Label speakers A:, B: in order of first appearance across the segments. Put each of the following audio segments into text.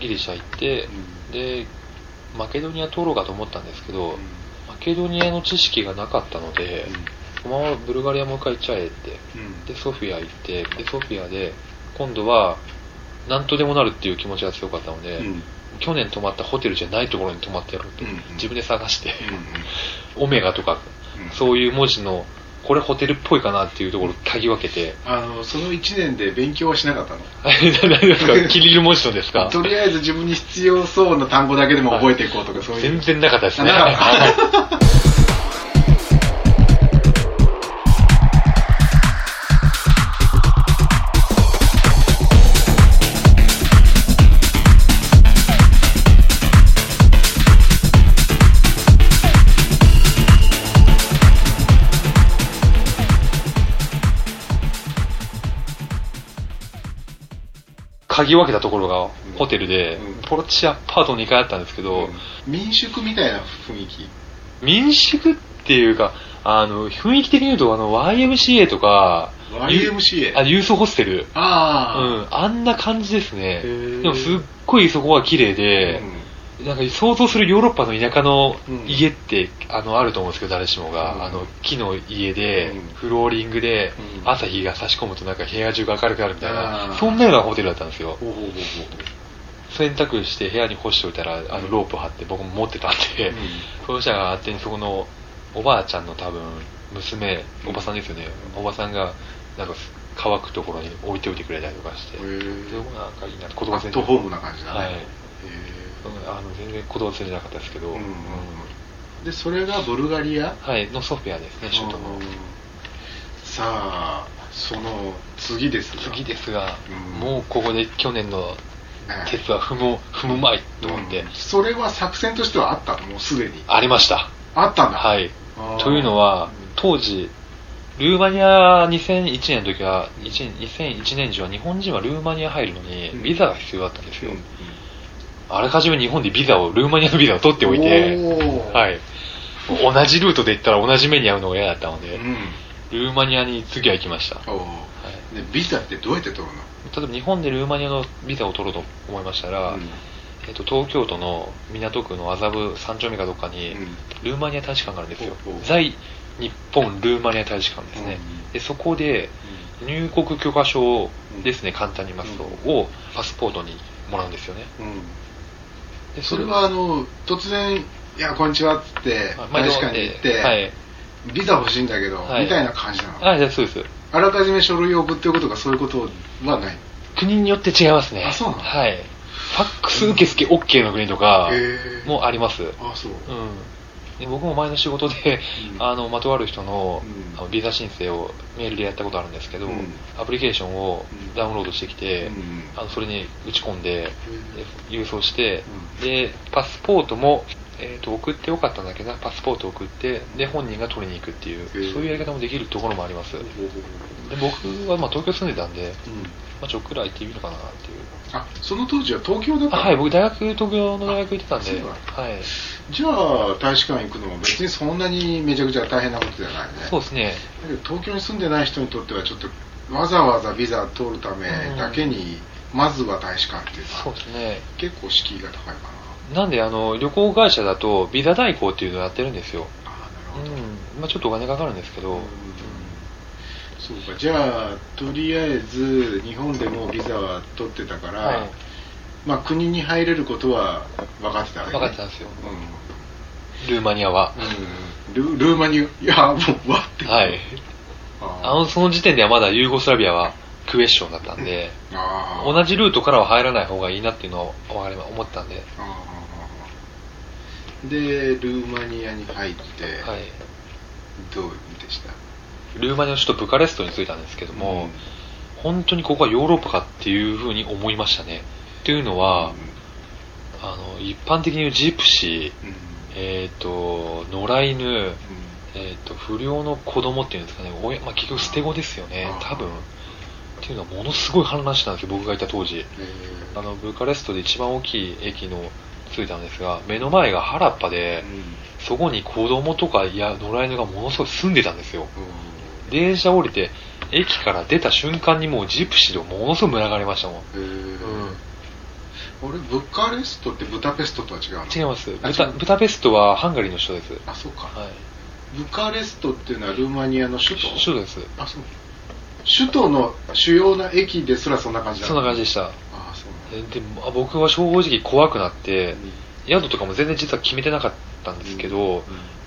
A: ギリシャ行って、で、マケドニア取ろうかと思ったんですけど、マケドニアの知識がなかったので、このままブルガリアもう一回行っちゃえって。で、ソフィア行って、で、ソフィアで、今度は、なんとでもなるっていう気持ちが強かったので、去年泊まったホテルじゃないところに泊まってやろうと、自分で探して、オメガとか、そういう文字の、これホテルっぽいかなっていうところを嗅ぎ分けて、
B: あのその1年で勉強はしなかったの
A: あれ何です かキリル文字のですか
B: とりあえず自分に必要そうな単語だけでも覚えていこうとかそういう
A: 全然なかったですね。
B: なかった
A: はい鍵分けたところがホテルで、
B: うん
A: ポロチアパート2階あったんですけど、
B: うん民宿みたいな雰囲気
A: 民宿っていうか、あの、雰囲気的に言うと、あの、YMCA とか、
B: YMCA
A: あ、ユースホステル。う
B: ああ
A: ん、あんな感じですね。
B: ー
A: でもすっごいそこは綺麗で、なんか想像するヨーロッパの田舎の
B: うん
A: 家って、あの、あると思うんですけど、誰しもが。
B: うん
A: あの、木の家で
B: うん、
A: フローリングで、
B: うん
A: 朝日が差し込むとなんか部屋中が明るくなるみたい
B: あ
A: な、
B: ー
A: そんなようなホテルだったんですよ。
B: ほうほうほうほ
A: 洗濯して部屋に干しておいたら、あの、ロープ張って僕も持ってたんで、
B: う
A: そうしたら勝手にそこのおばあちゃんの多分娘
B: うん
A: おばさんですよね、
B: うん
A: おばさんがなんか乾くところに置いておいてくれたりとかして、
B: へー
A: でもなんかいいな子供
B: アッ
A: 全
B: ト
A: 然
B: ホームな感じだね、
A: はい
B: へ
A: うんあの全然子供連れてなかったですけど、
B: ーうん
A: うん
B: でそれがブルガリア
A: はいのソフィアですね首都
B: う
A: の
B: んさあその次ですが
A: 次ですが、
B: うん
A: もうここで去年の
B: ね
A: 鉄は踏む踏むまいと思って、
B: うんそれは作戦としてはあったのもうすでに
A: ありました
B: あったんだ
A: はい
B: あー
A: というのは当時ルーマニア2001年の時は1 2001年時は日本人はルーマニア入るのに
B: うん
A: ビザが必要だったんです
B: うん
A: よ、
B: うん
A: あらかじめ日本でビザをルーマニアのビザを取っておいて
B: おー
A: はい同じルートで行ったら同じ目に遭うのが嫌だったので、
B: うん
A: ルーマニアに次は行きました、はい、
B: おーでビザってどうやって取るの
A: 例えば日本でルーマニアのビザを取ろうと思いましたら、
B: うん
A: えっと、東京都の港区の麻布三丁目かどっかに、
B: うん
A: ルーマニア大使館があるんですよ
B: おうおう
A: 在日本ルーマニア大使館ですね、でそこで入国許可証ですね、簡単に言いますと、
B: う
A: をパスポートにもらうんですよね。
B: うんうん
A: で
B: それはあの突然「いやこんにちは」っつって
A: あ毎
B: 大
A: 度
B: 使館に行っ
A: は
B: て
A: い。
B: 「ビザ欲しいんだけど」
A: はい
B: みたいな感じなの
A: あ、じゃあそうです。
B: あらかじめ書類を送っておくとかそういうことはない
A: 国によって違いますね。
B: あそうなの
A: はい。ファックス受付 OK の国とか
B: へー
A: もあります。うん。
B: あそう
A: で僕も前の仕事で、
B: うん
A: あの、まとある人の
B: うん
A: あのビザ申請をメールでやったことあるんですけど
B: うん、
A: アプリケーションを
B: うん
A: ダウンロードしてきて
B: うん、
A: あのそれに打ち込んで、
B: へ
A: で郵送して、でパスポートも、えー、と送ってよかったんだけどなパスポート送ってで本人が取りに行くっていうそう
B: ー
A: いうやり方もできるところもありますで
B: ー
A: 僕はまあ東京住んでたんで、
B: うん
A: まあ、ちょっくら行ってみるかなっていう
B: あその当時は東京だった
A: あ
B: の
A: はい僕大学東京の大学行ってたんで
B: あそうなんだ
A: はい、
B: じゃあ大使館行くのも別にそんなにめちゃくちゃ大変なことじゃないね
A: そうですね
B: だけど東京に住んでない人にとってはちょっとわざわざビザ取るためだけに、まずは大使館っていうの
A: そう
B: は
A: ですね
B: 結構敷居が高いかな
A: なんであの旅行会社だとビザ代行っていうのをやってるんですよ、
B: ああなるほど、
A: うんまあ、ちょっとお金かかるんですけど、
B: うんそうかじゃあとりあえず日本でもうビザは取ってたから、
A: はい
B: まあ、国に入れることは分かってたわけ、ね、
A: 分かってたんですよ
B: うん
A: ルーマニアは、
B: うん、ルルーマニアいやもうわって
A: はいあの、その時点ではまだユーゴスラビアはクエスチョンだったんで、
B: あー
A: 同じルートからは入らない方がいいなっていうのをわかりま思ったんで、
B: あーでルーマニアに入って、
A: はい。
B: どうでした
A: ルーマニアの首都ブカレストに着いたんですけども、本当にここはヨーロッパかっていうふうに思いましたね。というの
B: うん
A: は、あの、一般的に言うジプシ
B: うん
A: ー、えっ、と、野良犬、
B: う
A: えっ、と、不良の子供っていうんですかね、親まあ、結局捨て子ですよね
B: あ、ー
A: 多分。っていうのはものすごい氾濫してたんですよ、僕がいた当時。
B: んえー
A: あのブカレストで一番大きい駅の着いたんですが目の前が原っぱで
B: う
A: そこに子供とかや野良犬がものすごい住んでたんですよ
B: ん
A: 電車降りて駅から出た瞬間にもうジプシーでものすごい群がりましたもん、
B: えー俺ブカレストってブタペストとは違うの
A: 違います
B: あ
A: ブタ
B: 違う
A: ブタペストはハンガリーの首都です
B: あそうか、
A: はい
B: ブカレストっていうのはルーマニアの首都
A: 首都です
B: あそう首都の主要な駅ですらそんな感じだ
A: そんな感じ
B: じ
A: でした
B: あそうなんだ
A: えでもあ僕は正直怖くなって
B: うん
A: 宿とかも全然実は決めてなかったんですけど、
B: うん
A: ま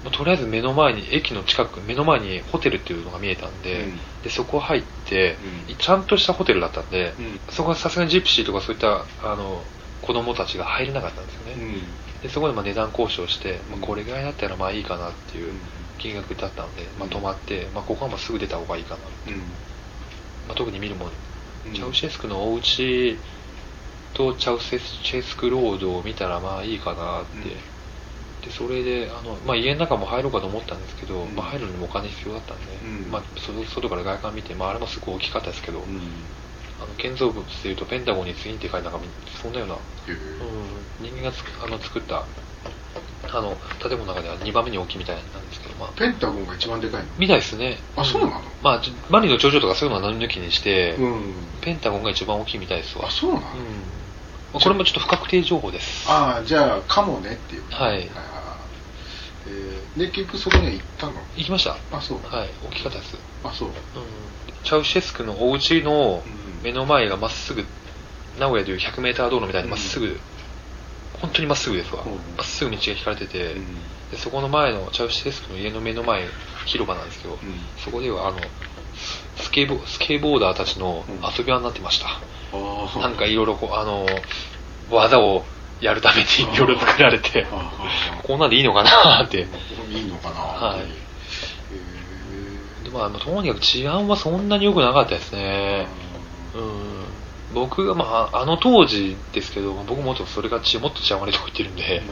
A: あとりあえず目の前に駅の近く目の前にホテルっていうのが見えたんで,、
B: うん
A: でそこ入って、
B: うん
A: ちゃんとしたホテルだったんで、
B: うん
A: そこはさすがにジプシーとかそういったあの子供たちが入れなかったんですよね、でそこでまあ値段交渉して、まあ
B: うん
A: これぐらいだったらまあいいかなっていううん金額だったんで、まあ、
B: うん
A: 泊まって、まあ、ここはまあすぐ出た方がいいかな、まあ、特に見るもの、
B: うん
A: チャウシェスクのお家とチャウシェスクロードを見たらまあいいかなって、
B: うん
A: でそれであの、まあ、家の中も入ろうかと思ったんですけど、
B: うん
A: まあ、入るのにもお金必要だったんで、
B: うん
A: まあ、そ外から外観見て、まあ、あれもすごい大きかったですけど、
B: うん
A: あの建造物でいうとペンタゴンにツインって書いてなんかそんなような
B: へえ
A: うん、人間がつくあの作ったあの建物の中では2番目に大きいみたいなんですけど、まあ、
B: ペンタゴンが一番でかいの
A: みたいですね
B: あそうなの
A: まあ、ちマリの頂上とかそういうのは何抜きにして、
B: うん
A: ペンタゴンが一番大きいみたいですわ
B: あ、そうなの
A: うんまあ、これもちょっと不確定情報です
B: ああじゃあかもねっていう
A: はい
B: あーえーで結局そこには行ったの
A: 行きました
B: あそう
A: はい大きかったです、うん、
B: あそう
A: チャウシェスクのお家の
B: うん
A: 目の前がまっすぐ名古屋でいう 100m 道路みたいにまっすぐ、本当にまっすぐですわ
B: うん
A: ま、っすぐ道が引かれてて、
B: うん
A: でそこの前のチャウシェスクの家の目の前広場なんですけど、そこではあのスケボスケボーダーたちの
B: うん
A: 遊び場になってました、
B: あー
A: なんかいろいろこうあの技をやるためにいろいろ作られて
B: あー
A: こんなんでいいのかなって
B: いいのかな
A: はい
B: へ
A: でまあまあとにかく治安はそんなに良くなかったです
B: え
A: ねうん僕が、まあ、あの当時ですけど、僕もっとそれがちもっと治安悪いとこ行ってるんで、
B: うん
A: あ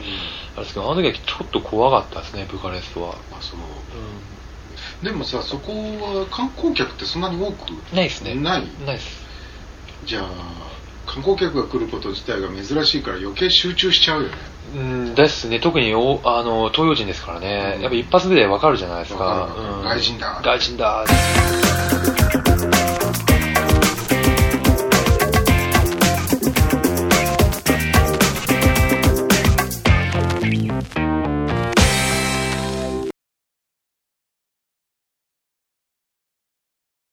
A: れですけど、あの時はちょっと怖かったですね、ブカレストは。
B: あそう
A: う
B: でもさそこは観光客ってそんなに多く
A: ん、ないですね。
B: ない
A: ないです。
B: じゃあ観光客が来ること自体が珍しいから余計集中しちゃうよね
A: うん、ですね、特におあの東洋人ですからね、
B: うん
A: やっぱ一発目でわかるじゃないですか
B: わかるわかる、
A: うん
B: 外人だ
A: 外人だ、